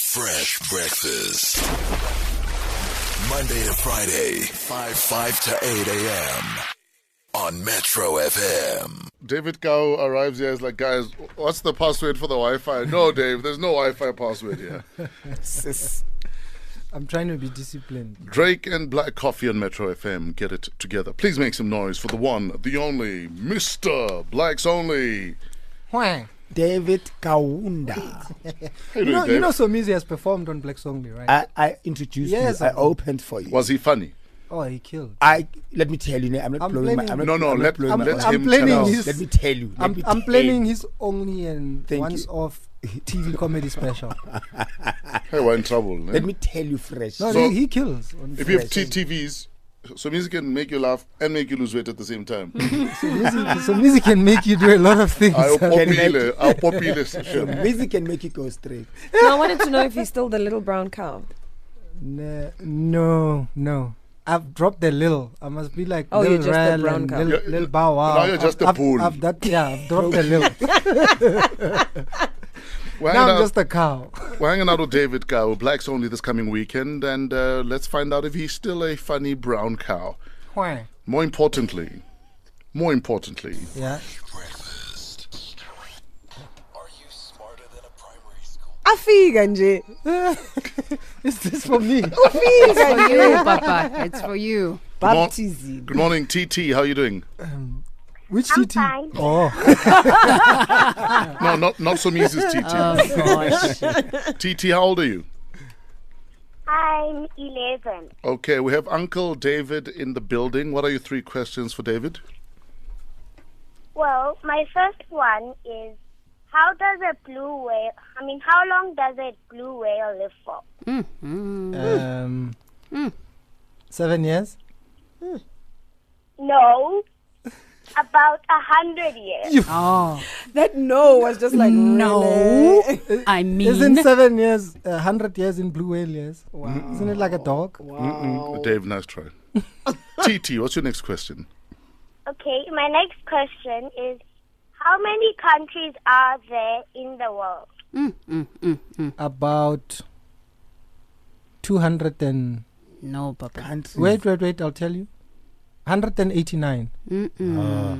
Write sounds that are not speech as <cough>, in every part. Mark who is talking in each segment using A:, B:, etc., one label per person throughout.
A: Fresh breakfast. Monday to Friday, 5 5 to 8 a.m. on Metro FM.
B: David Gao arrives here. He's like, guys, what's the password for the Wi-Fi? No, Dave, there's no Wi-Fi password
C: <laughs>
B: here.
D: Sis. I'm trying to be disciplined.
B: Drake and Black Coffee on Metro FM get it together. Please make some noise for the one, the only, Mr. Blacks Only.
D: David <laughs> Kaunda.
B: How you
D: you
B: doing,
D: know,
B: Dave?
D: you know, Somizi has performed on Black Songly, right?
C: I, I introduced
D: Yes,
C: you. I
D: I-
C: opened for you.
B: Was he funny?
D: oh, he killed.
C: I let me tell you. no, I'm not
D: I'm
C: blowing my.
D: planning-
C: I'm not,
B: No, no,
C: I'm not
B: let,
C: blowing my
B: let
C: own-
D: I'm
B: him
D: planning
B: tell
C: No,
B: us.
D: his-
C: Let me tell you. Let
D: I'm,
C: me
D: I'm
C: tell
D: planning
C: you.
D: his only and
C: Thank
D: once
C: you.
D: off TV
B: <laughs>
D: comedy special.
B: Hey, we're in trouble. eh?
C: Let me tell you fresh.
D: No,
B: So-
D: he, he kills. On
B: if you have
C: Yes.
B: TTVs, so music can make you laugh and make you lose weight at the same
C: <laughs>
B: time.
D: Somizi, Somizi can make you do a lot of things.
B: I'll
D: <laughs>
C: Can make-
B: popile, I'll popile
C: <laughs>
B: session.
C: Busy can make you go straight.
E: No, I wanted to know if he's still the little brown
F: <laughs>
E: cow.
D: Nah, no, no. I've dropped the little. I must be like
E: Oh,
D: little
E: you're just the
D: Rel
E: brown
D: and
E: cow.
D: little,
B: You're-
D: little Bow Wow.
B: now you're just a
D: I've,
B: bull.
D: I've, I've that, yeah, I've dropped the little.
B: We're
D: now
B: hanging
D: I'm
B: out-
D: just a cow. <laughs>
B: We're hanging out with David Cow, Blacks Only this coming weekend, and uh, let's find out if he's still a funny brown cow.
D: Why?
B: More importantly, more importantly,
D: Yeah. <laughs>
A: Breakfast. Are you smarter than a primary school?
E: Afika nje.
D: Is this for
B: <laughs>
D: me?
E: Afika
F: for you, <laughs>
E: nje.
F: Papa. It's for you.
E: Baptism.
B: good morning, TT. How you doing?
D: Which city?
G: fine.
D: Oh,
B: No, not not so Mises TT.
F: gosh.
B: <laughs> TT, how old are you?
G: I'm 11.
B: Okay, we have Uncle David in the building. What are your three questions for David?
G: Well, my first one is how does a blue whale, I mean, how long does a blue whale live for?
D: um, seven years.
G: No, about a hundred years.
F: Oh,
E: <laughs> That no was just like
F: no.
E: really?
F: I mean,
D: Isn't seven years, uh, hundred years in blue whale years? Wow. Isn't it like a dog?
B: Mm-mm. Dave, nice try. TT, what's your next question?
G: Okay, my next question is how many countries are there in the world?
D: About two hundred and
F: no, Papa.
C: Country.
D: wait, wait, wait. I'll tell you. Hundred and eighty-nine. Ah.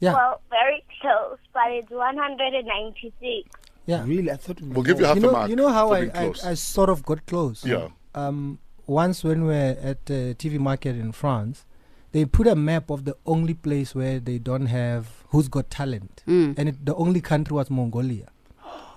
D: Yeah.
G: Well, very close, but it's 196.
D: Yeah.
C: Really, I thought we
B: We'll give you half
D: you
B: a
D: know,
B: mark.
D: you know how
B: for
D: I,
B: being
D: I,
B: close.
D: I sort of got close.
B: Yeah.
D: Um, once when we were at the TV market in France, they put a map of the only place where they don't have who's got talent,
E: Hmm.
D: and it, the only country was Mongolia,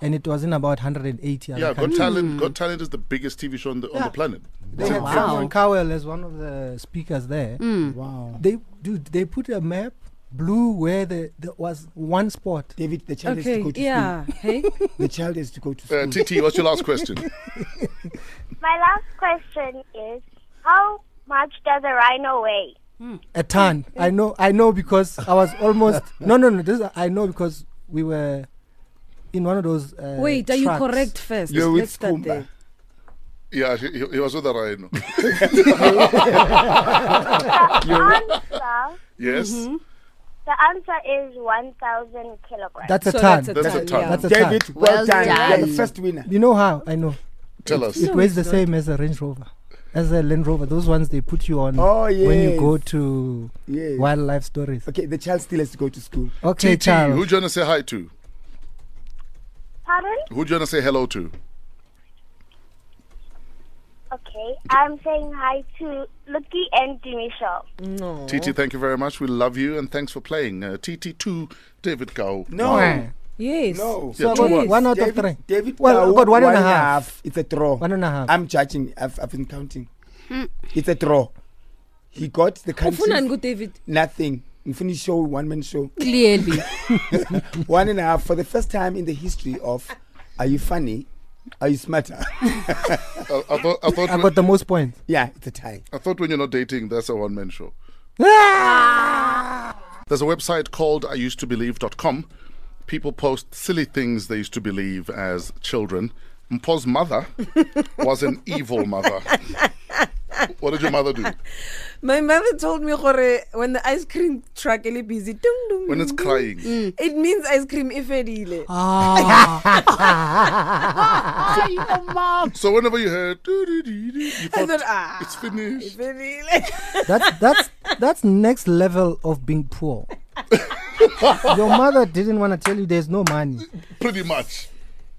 D: and it was in about 180
B: yeah,
D: other
B: Got
D: countries.
B: Talent. Got Talent is the biggest TV show on the, on
D: Hmm. Yeah.
B: the planet.
D: They had
F: Wow.
D: Simon Cowell as one of the speakers there.
E: Hmm.
C: Wow.
D: They dude, they put a map blue where the, there was one spot.
C: David, the child has to
E: Okay,
C: go to
E: yeah.
D: <laughs>
E: Hey.
C: school. The child has to go to
B: Uh,
C: school.
B: TT, what's your last question?
G: My last question is how much does a rhino weigh?
D: A ton. I know. I know because I was almost. no, no, no. This I know because we were in one of those. Uh,
E: Wait, are you
D: trucks.
E: correct first?
C: You're with
E: Let's start
C: Skumba.
E: there.
B: Yeah, he, he was with the rhino.
G: Answer.
B: Yes,
G: The answer is 1,000 kilograms.
D: That's a
E: So
D: ton.
E: that's a
B: That's a
E: ton.
B: ton.
E: yeah.
D: That's a ton.
C: David, well,
F: Well
C: done. You're
F: done.
C: the first winner.
D: You know how? I know.
B: tell us.
D: it weighs the same as a Range Rover, as a Land Rover. Those ones they put you on
C: Oh,
D: when you go
C: yes.
D: to
C: Yes.
D: wildlife stories.
C: Okay, the child still has to go to school.
D: Okay,
B: TT, who
D: Charles.
B: do you want to say hi to?
G: Pardon?
B: Who do you want to say hello to?
G: Okay, I'm saying hi to Lucky and Dimisha.
B: TT, thank you very much. We love you and thanks for playing. Uh, TT2, David Gao.
C: No.
E: Yes.
C: No.
B: Yeah,
D: So I
B: two
D: got
E: Yes.
D: one out of three.
C: David, David
D: Well, I
C: Tau,
D: got one and a
C: one
D: half.
C: It's a draw.
D: One and a half.
C: I'm judging. I've, I've been counting.
D: Hmm.
C: It's a draw. He got the
E: Ufunani
C: country.
D: <laughs>
E: kuDavid?
C: Nothing. Ngifuna show, one man show.
F: Clearly.
C: One and a half for the first time in the history of Are You Funny? Are You Smarter? <laughs>
B: I, I thought, I, thought
D: I
B: when,
D: got the most points.
C: yeah, it's a tie.
B: I thought when you're not dating, that's a one man show.
C: Ah!
B: There's a website called iusedtobelieve.com. People post silly things they used to believe as children. Mpo's mother was an evil mother. What did your mother do?
E: My mother told me gore when the ice cream truck is busy, dung, dung,
B: When it's
E: dung,
B: crying.
E: dung, it means ice cream e if it
F: Ah, you know, mom.
B: So whenever you heard, "Doo-doo-doo-doo," you
E: I
B: thought,
E: thought, ah,
B: it's finished.
D: That's that's that's next level of being
C: <laughs>
D: poor. Your mother didn't want to tell you there's no money.
B: Pretty much.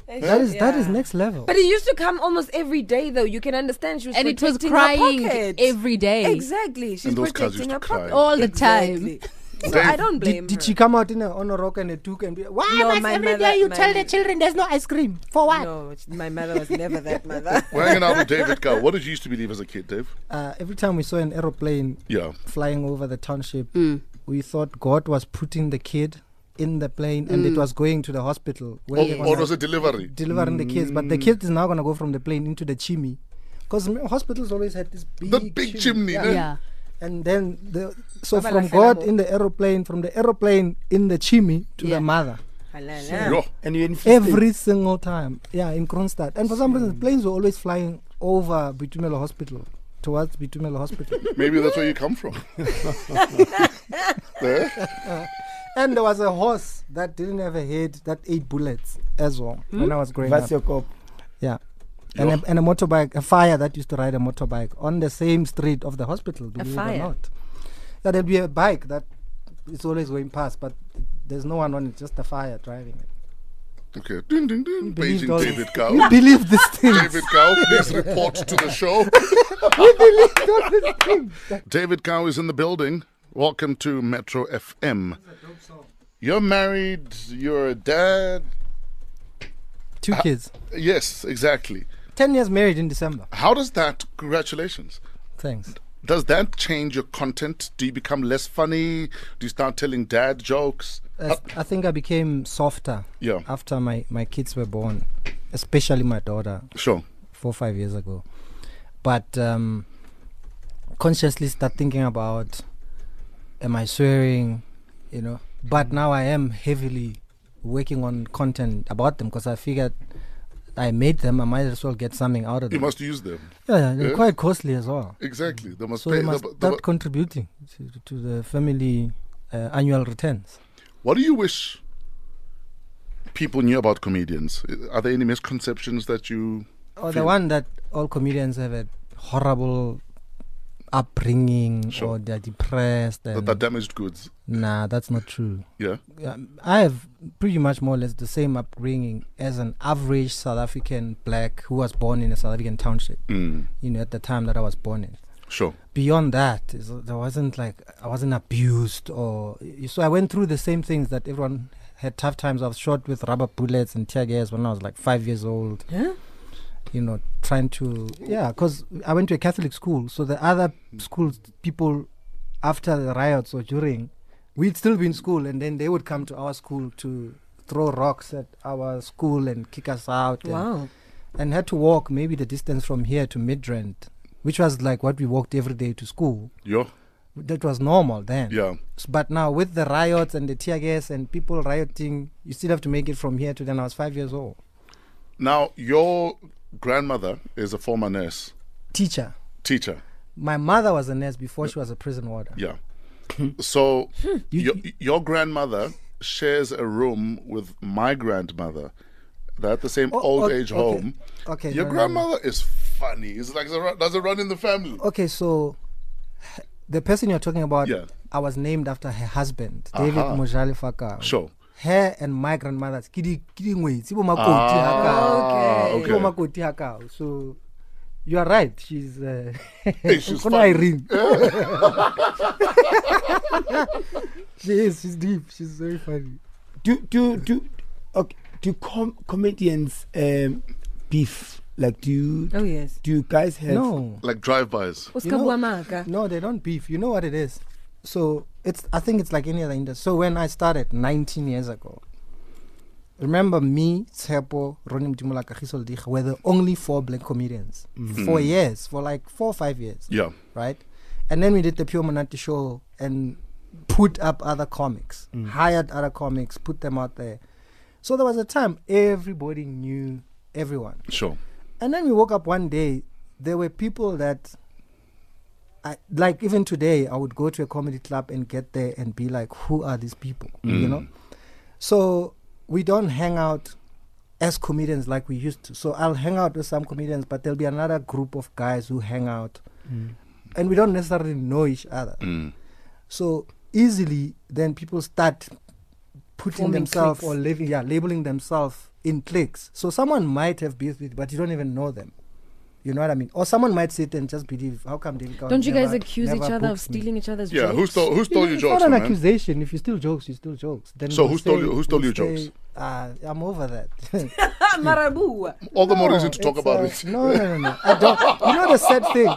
D: That is that is next level.
E: But it used to come almost every day, though. You can understand she was
F: And it was
E: protecting her
F: crying
E: pocket.
F: every day.
E: Exactly. She's
B: And those cars
E: protecting
B: used to
E: her
B: cry.
E: pocket.
F: All the time.
E: So
B: Dave,
E: I don't blame
D: Did, did
E: her.
D: she come out in a, on a rock and a toque and be why
E: No,
D: must
E: my
D: every day
E: mother-
D: you
E: my-
D: tell the children there's no ice cream for what?
E: No, she- my mother was never that <laughs> mother.
B: We're hanging out with David Cow. What did you used to believe as a kid, Dave?
D: Uh, every time we saw an aeroplane
B: Yeah.
D: flying over the township,
B: Hmm.
D: we thought God was putting the kid in the plane and it was going to the hospital where
B: Hmm. Or,
D: they
B: or
D: was
B: was it Hmm. delivery?
D: delivering the kids. But the kid is now gonna go from the plane into the chimney, because hospitals always had this big
B: The big chimney.
D: Yeah.
B: no?
F: Yeah.
D: And then the so
E: Baba
D: from
E: la
D: God
E: Fela
D: in the aeroplane, from the aeroplane in the chimney to
F: Yeah.
D: the mother.
E: Halala.
B: Yo.
C: And you infested.
D: Every single time. Yeah, in Kronstadt. And for some reason, planes were always flying over Bitumelo Hospital, towards Bitumelo Hospital.
B: Maybe that's where you come from. Eh?
D: and there was a horse that didn't have a head that ate bullets as well when I was growing
C: That's
D: up.
C: your cop.
D: Yeah. And a, and a motorbike, a fire that used to ride a motorbike on the same street of the hospital. believe it or
E: fire?
D: not. Yeah, there'd be a bike that is always going past, but there's no one on it, just a fire driving it.
B: Okay. Ding, ding, ding.
D: Believed
B: Beijing
D: all-
B: David
D: You <laughs>
B: Cow.
D: believe this thing?
B: David Cow, please report to the
D: <laughs>
B: show. David Cow is in the building. Welcome to Metro FM. You're married, you're a dad.
D: Two kids.
B: Yes, exactly.
D: Ten years married in December.
B: How does that, congratulations,
D: Thanks.
B: does that change your content? Do you become less funny? Do you start telling dad jokes?
D: I, I think I became softer
B: Yeah,
D: after my, my kids were born, especially my daughter
B: sure.
D: four five years ago. But um, consciously start thinking about am I swearing, you know? But
B: Mm.
D: now I am heavily working on content about them because I figured I made them. I might as well get something out of
B: You
D: them.
B: must use them.
D: yeah, yeah, they're
B: Yeah.
D: quite costly as well.
B: Exactly. They must
D: So
B: pay.
D: they must
B: they mu- they mu-
D: start contributing to, to the family uh, annual returns.
B: What do you wish people knew about comedians? Are there any misconceptions that you?
D: Or Oh, the
B: Feel-
D: one that all comedians have a horrible upbringing
B: Sure.
D: or they're depressed. And
B: that are damaged goods.
D: nah, that's not true.
B: Yeah.
D: Um, I have pretty much more or less the same upbringing as an average South African black who was born in a South African township,
B: Mm.
D: you know, at the time that I was born in.
B: Sure.
D: Beyond that, is- there wasn't like, I wasn't abused or. So I went through the same things that everyone had tough times. I was shot with rubber bullets and tear gas when I was like five years old
E: Huh?
D: you know, trying to yeah, because I went to a Catholic school, so the other schools people after the riots or during, we'd still be in school, and then they would come to our school to throw rocks at our school and kick us out, and,
E: Wow.
D: and had to walk maybe the distance from here to Midrand, which was like what we walked every day to school.
B: Yeah.
D: That was normal then.
B: Yeah.
D: S- But now with the riots and the tear gas and people rioting, you still have to make it from here to then. I was five years old.
B: Now your grandmother is a former nurse
D: Teacher.
B: teacher.
D: My mother was a nurse before she was a prison warder.
B: Yeah.
D: Hmm.
B: so your your grandmother shares a room with my grandmother. They're at the same
D: Oh,
B: old
D: okay,
B: age
D: okay.
B: home.
D: Okay,
B: Your
D: no, no, no.
B: grandmother is funny. It's like does it run in the family?
D: Okay, so the person you're talking about,
B: Yeah.
D: I was named after her husband, David
B: Aha.
D: Mojale Faka.
B: Sure.
D: Her and my grandmother's kidi kidi ngwetsi, bo makoti ha kao.
B: Ah,
D: Ke bo makoti ha kao. So you are right. She's
B: <laughs>
D: uh,
B: she's
D: Nkgono
B: fine.
D: Irene. <laughs> she is. She's deep. She's very funny.
C: Do do do. Okay. Do com- comedians um, beef? Like do you
E: Oh, yes.
C: do you guys have?
D: No,
B: Like drive-bys.
E: Oscar
D: know-
E: Buamaka.
D: no, they don't beef. You know what it is. So it's. I think it's like any other industry. So when I started 19 years ago, Remember me, Tsepo, Ronnie Mdimula, Kagiso Ldiga were the only four black comedians
B: Mm-hmm.
D: for years, for like four or five years,
B: Yeah.
D: right? And then we did the Pure Monati show and put up other comics, hired other comics, put them out there. So there was a time everybody knew everyone.
B: Sure.
D: And then we woke up one day, there were people that I, like even today, I would go to a comedy club and get there and be like, "Who are these people?" You know. So we don't hang out as comedians like we used to. So I'll hang out with some comedians, but there'll be another group of guys who hang out,
E: Mm.
D: and we don't necessarily know each other. So easily, then people start putting
E: Forming
D: themselves or
E: cliques.
D: living, yeah, labeling themselves in cliques. So someone might have beef with, but you don't even know them. You know what I mean? Or someone might sit and just believe, how come David Cowan
H: Don't you guys
D: never-
H: accuse each
D: never
H: other of
D: books me?"
H: stealing each other's
B: Yeah,
H: jokes?
B: who stole who stole your
D: it's
B: jokes,
D: not an
B: man?
D: accusation. If you steal jokes, you steal jokes. Then
B: So
D: we'll
B: who stole
D: say-
B: you- who stole
D: we'll
B: your jokes?
D: say, "Ah, I'm over that. <laughs>
E: Ah, Marabua.
B: All the more
D: No,
B: reason to talk
D: it's,
B: about
D: uh,
B: it.
D: No, no, no, no. I don't. You know the sad thing.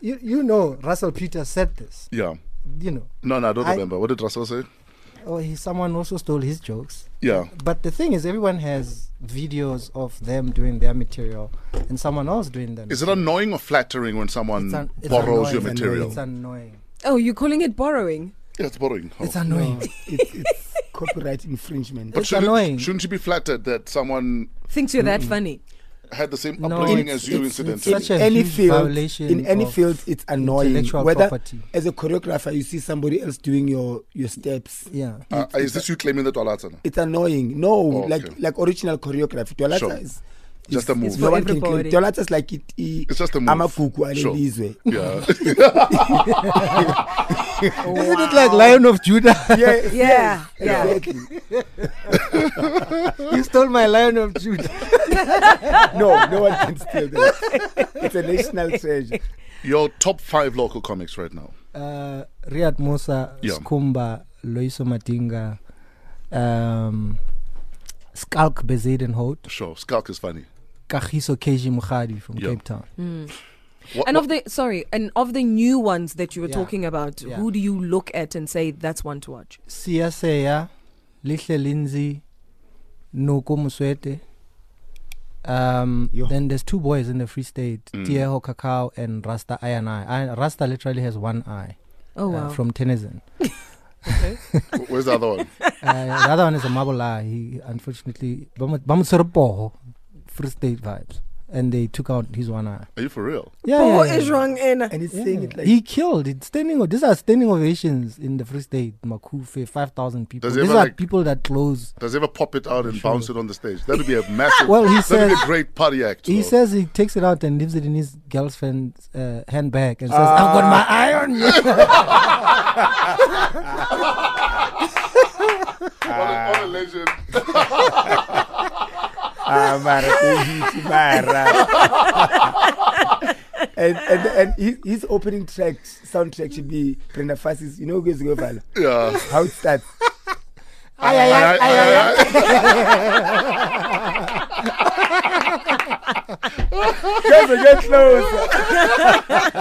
D: You you know Russell Peters said this.
B: <laughs> Yeah.
D: You know,
B: No, no, I don't
D: I-
B: remember. What did Russell say?
D: oh, he, someone also stole his jokes.
B: Yeah.
D: But the thing is, everyone has videos of them doing their material and someone else doing them.
B: Is it annoying or flattering when someone borrows your material?
D: It's annoying.
E: Oh, you're calling it borrowing?
B: yeah, it's borrowing. Oh.
D: It's annoying.
C: it's, it's copyright
D: <laughs>
C: infringement.
B: but
D: it's
B: shouldn't,
D: annoying.
B: shouldn't you be flattered that someone
E: Thinks you're that funny.
B: had the same
D: No,
B: upbringing
D: it's-
B: as you,
D: it's- it's
B: incidentally?
D: such a
C: any
D: huge
C: field,
D: violation
C: in any
D: of
C: field, it's annoying.
D: intellectual
C: Whether
D: property.
C: as a choreographer, you see somebody else doing your your steps.
D: <laughs> Yeah.
B: Uh, is this you claiming that Walatana?
C: It's annoying. No,
B: Oh, okay.
C: like like original choreography. Tolata
B: Sure.
C: is
B: Just a move. It's
C: No
E: for
C: one can claim.
E: everybody.
C: Tolata is like it. it
B: It's just a move.
C: amagugu
B: Sure.
D: <laughs>
C: <laughs> alelizwe.
B: Yeah.
D: Isn't it like Lion of Judah? <laughs>
C: Yeah,
E: Yeah, yeah.
C: exactly.
D: you stole my Lion of Judah.
C: no, no one can steal that. It's a national treasure.
B: <laughs> Your top five local comics right now.
D: <laughs> Uh, Riyad Musa,
B: Yeah.
D: Skumba, Loiso Matinga, um, Skalk Bezadenhout,
B: Sure. Skalk is funny.
D: Kagiso Keji Mukhadi from
B: Yeah.
D: Cape Town.
B: What, what-
E: And of the sorry, and of the new ones that you were
D: Yeah.
E: talking about,
D: Yeah.
E: who do you look at and say that's one to watch?
D: Sia Seya, Lihle Lindsay, Nuko Muswete. Um,
C: Yo.
D: then there's two boys in the Free State,
B: Mm.
D: Tieho Kakao and Rasta Ayanai. I, Rasta literally has one eye
E: Oh
D: uh,
E: wow.
D: from Tennyson.
B: where's the other one?
D: uh, the other one is a marble eye. He unfortunately Bamutsoropoho Free State vibes. And they took out his one eye.
B: Are you for real?
D: Yeah,
E: Poor
D: yeah, yeah.
E: is wrong in
C: And it's
D: Yeah.
C: saying it like
D: he killed it. Standing o- these are standing ovations in the Free State, Makufe, five thousand people.
B: Does he
D: These are
B: ever, like-
D: people that close.
B: Does he ever pop it out and bounce it on the stage? That would be
D: <laughs>
B: a massive.
D: Well, he
B: That would be
D: says-
B: a great party act.
D: He
B: though.
D: says he takes it out and leaves it in his girlfriend's uh, handbag and says, "I've
B: Ah.
D: got my eye on you."
B: <laughs> What a- what a legend. <laughs>
C: ah, mara, kuhithi,
D: <laughs>
C: mara. and and, and his, his opening track soundtrack should be Brenda Fassis. You know who goes go Vala?
B: Yeah.
C: How it starts.
D: Ay, ay, ay, ay, ay, ay.
C: Guys, I get close.
B: <laughs>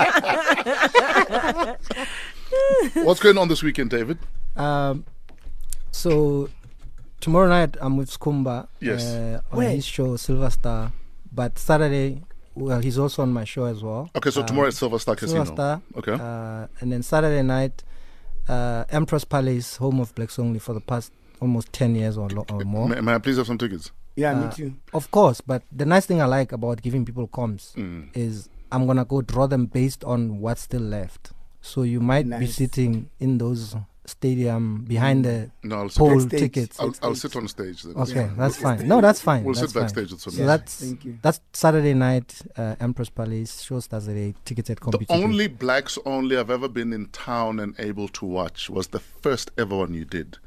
B: What's going on this weekend, David?
D: Um, so tomorrow night I'm with Skumba
B: Yes.
D: uh, on
C: Where?
D: his show Silver Star, but Saturday, well, he's also on my show as well.
B: Okay, so
D: Um,
B: tomorrow at Silver Star Oh, Casino.
D: Silver Star.
B: Okay.
D: Uh, and then Saturday night, uh, Empress Palace, home of Blacks Only for the past almost 10 years or, lo- or
B: <laughs>
D: more.
B: May, may I please have some tickets?
C: Yeah,
D: Uh,
C: me too.
D: Of course, but the nice thing I like about giving people comps
B: Mm.
D: is I'm going to go draw them based on what's still left. So you might be
C: Nice. Mm.
D: sitting in those stadium behind the
B: No, I'll sit,
D: poll
C: Backstage.
D: tickets.
B: I'll, I'll sit on stage then.
D: Okay, that's fine. No, that's fine.
B: We'll
D: that's
B: sit
D: fine.
B: backstage with some
D: So
B: music.
D: that's
C: Thank you.
D: that's Saturday night, uh, Empress Palace. Show starts at eight. Tickets at
B: The
D: computer.
B: only blacks only I've ever been in town and able to watch was the first ever one you did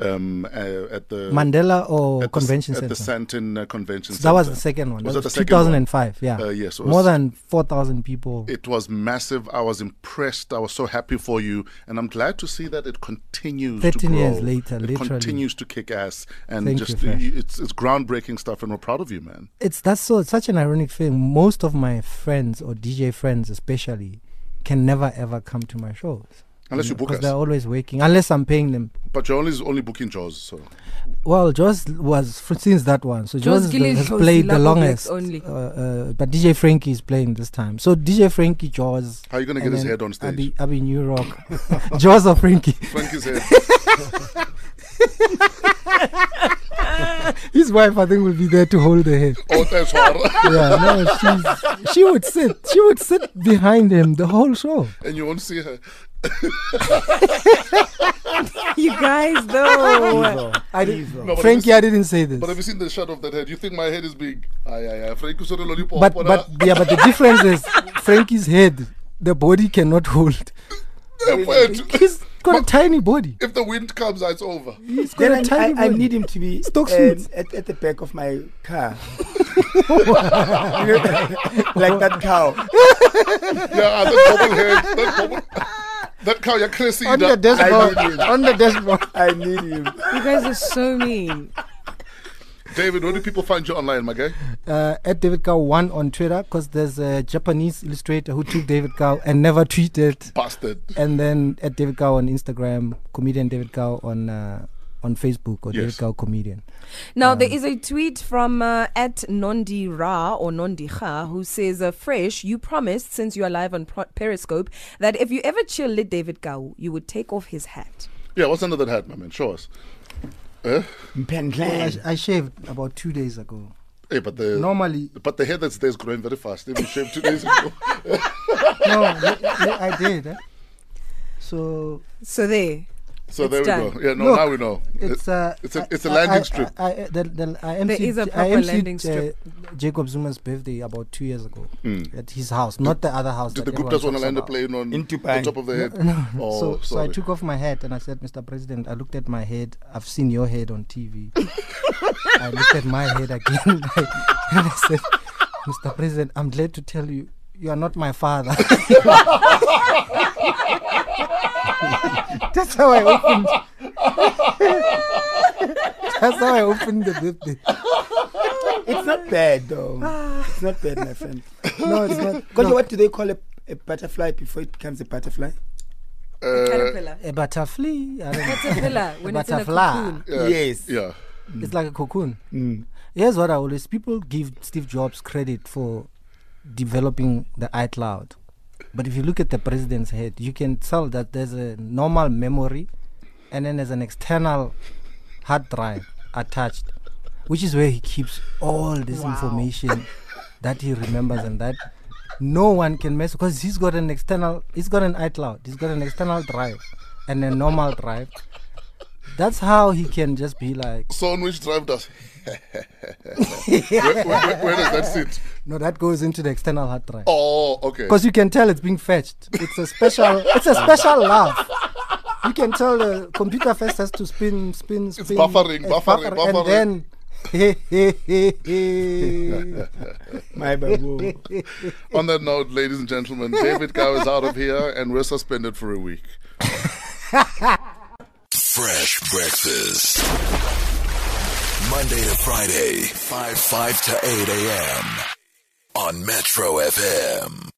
B: um, uh, at the
D: Mandela or
B: at the-
D: convention
B: at
D: center.
B: the Santon uh, Convention
D: that was the
B: Center.
D: second one.
B: Was
D: that
B: that
D: was
B: the second one?
D: 2005. Yeah.
B: Uh, yes, it
D: More
B: was-
D: than 4,000 people.
B: It was massive. I was impressed. I was so happy for you, and I'm glad to see that it continues. to
D: 13 years
B: grow.
D: later,
B: it
D: literally.
B: continues to kick ass, and
D: Thank you,
B: just
D: Fresh.
B: it's it's groundbreaking stuff, and we're proud of you, man.
D: It's that's so such an ironic thing. Most of my friends or DJ friends, especially, can never ever come to my shows.
B: Unless you book
D: Because
B: us,
D: they're always working, unless I'm paying them.
B: but you're only only booking Jaws, so
D: Well, Joss was f- since that one, so
E: Joss
D: Joss is the-
E: Gillis
D: has
E: was
D: played the
E: Lapo Blacks
D: longest.
E: only.
D: Uh, uh, but DJ Frankie is playing this time. So DJ Frankie, Jaws.
B: how are you gonna get
D: and
B: his
D: then
B: head on stage?
D: Abby, Abby New Rock, <laughs> Jaws or Frankie.
B: Frankie's head.
D: His wife, I think, will be there to hold the head.
B: <laughs> Oh,
D: <laughs>
B: that's hard. <laughs>
D: Yeah, no, she's, she would sit. She would sit behind him the whole show.
B: and you won't see her.
E: You guys, though.
C: Evil.
D: I
C: Evil.
B: No, but have
D: Frankie,
B: you
D: I
B: seen-
D: didn't say this.
B: But have you seen the shadow of that head? You think my head is big? Aye, aye, aye. Frankie, sorry, lollipop.
D: But
B: what
D: but
B: a-
D: yeah, but the difference is Frankie's head, the body cannot hold.
B: Yeah, wait.
D: He's got a tiny body.
B: if the wind comes, it's over.
D: He's got
C: Then
D: a tiny
C: I, I, I
D: body.
C: need him to be
D: Stock
C: um,
D: suits.
C: at, at the back of my car. <laughs> like that cow.
B: Yeah, ah, that double head. That double. That cow, you're crazy.
D: on the
B: that-
D: dashboard.
C: I need him.
D: On the dashboard.
C: I need him.
E: <laughs> You guys are so mean.
B: David, where do people find you online, my guy?
D: Uh, at David Cow one on Twitter, because there's a Japanese illustrator who took David Cow and never tweeted.
B: Bastard.
D: And then at David Cow on Instagram, comedian David Cow on uh, on Facebook or
B: Yes.
D: David Cow comedian.
E: Now, there is a tweet from uh, at Nondi Ra or Nondi Kha who says, uh, Fresh, you promised since you are live on Pro- Periscope that if you ever cheerlead David Gao, you would take off his hat.
B: Yeah, what's under that hat, my man? Show us. Eh?
C: Pen
D: I,
C: clan.
D: I shaved about two days ago.
B: Hey, but the
D: Normally,
B: but the hair that's there is growing very fast. Even shaved two days ago.
D: no, le- le- I did. eh. So
E: So, there.
B: So
E: It's
B: there we
E: done.
B: go. Yeah, no,
D: Look,
B: now we know.
D: it's a
B: Uh, it's a-
D: I-
B: it's a
D: I-
B: landing
D: I-
B: strip.
D: I, I, the, the, I
E: There is
D: emceed-
E: a
D: I
E: proper
D: emceed,
E: landing strip.
D: uh, Jacob Zuma's birthday about two years ago at his house, not the other house.
B: Hmm. Did the
D: that
B: group
D: everyone
B: just want to
D: talks
B: land a
D: about.
B: plane on
C: In
B: the
C: Dubai.
B: top of the head? oh,
D: so, so I
B: sorry.
D: took off my hat and I said, Mr. President, I looked at my head. I've seen your head
B: <laughs>
D: on TV. I looked at my head again <laughs> and I said, Mr. President, I'm glad to tell you, you are not my father. <laughs> That's how I opened. <laughs> That's how I opened the birthday.
C: It's not bad though. It's not bad,
B: <laughs>
C: my friend.
D: No, it's not.
C: Because
D: no,
C: what do they call a, a butterfly before it becomes a butterfly?
B: Uh,
E: Caterpillar.
D: a butterfly. I don't know.
E: Caterpillar, when it's in a
D: butterfly.
E: cocoon.
B: yeah,
C: Yes.
B: Yeah.
D: It's like a cocoon. Here's what I always people give Steve Jobs credit for developing the iCloud. But if you look at the president's head, you can tell that there's a normal memory and then there's an external hard drive attached, which is where he keeps all this information that he remembers and that no one can mess because he's got an external he's got an iCloud, he's got an external drive and a normal drive. That's how he can just be like
B: So on which drive
D: <laughs>
B: does? <laughs> where, where, where- where does that sit?
D: No, that goes into the external hard drive.
B: Oh,
D: <laughs>
B: okay.
D: Because you can tell it's being fetched. It's a special. it's a special laugh. You can tell the computer first has to spin, spin, spin.
B: buffering, buffering,
D: buffer-
B: buffering.
D: And then, <laughs> hey, hey, hey,
C: My babu.
B: On that note, ladies and gentlemen, David Gow is out of here and we're suspended for a week.
A: Fresh breakfast. Monday to Friday, 5 5 to 8 a.m. on Metro FM.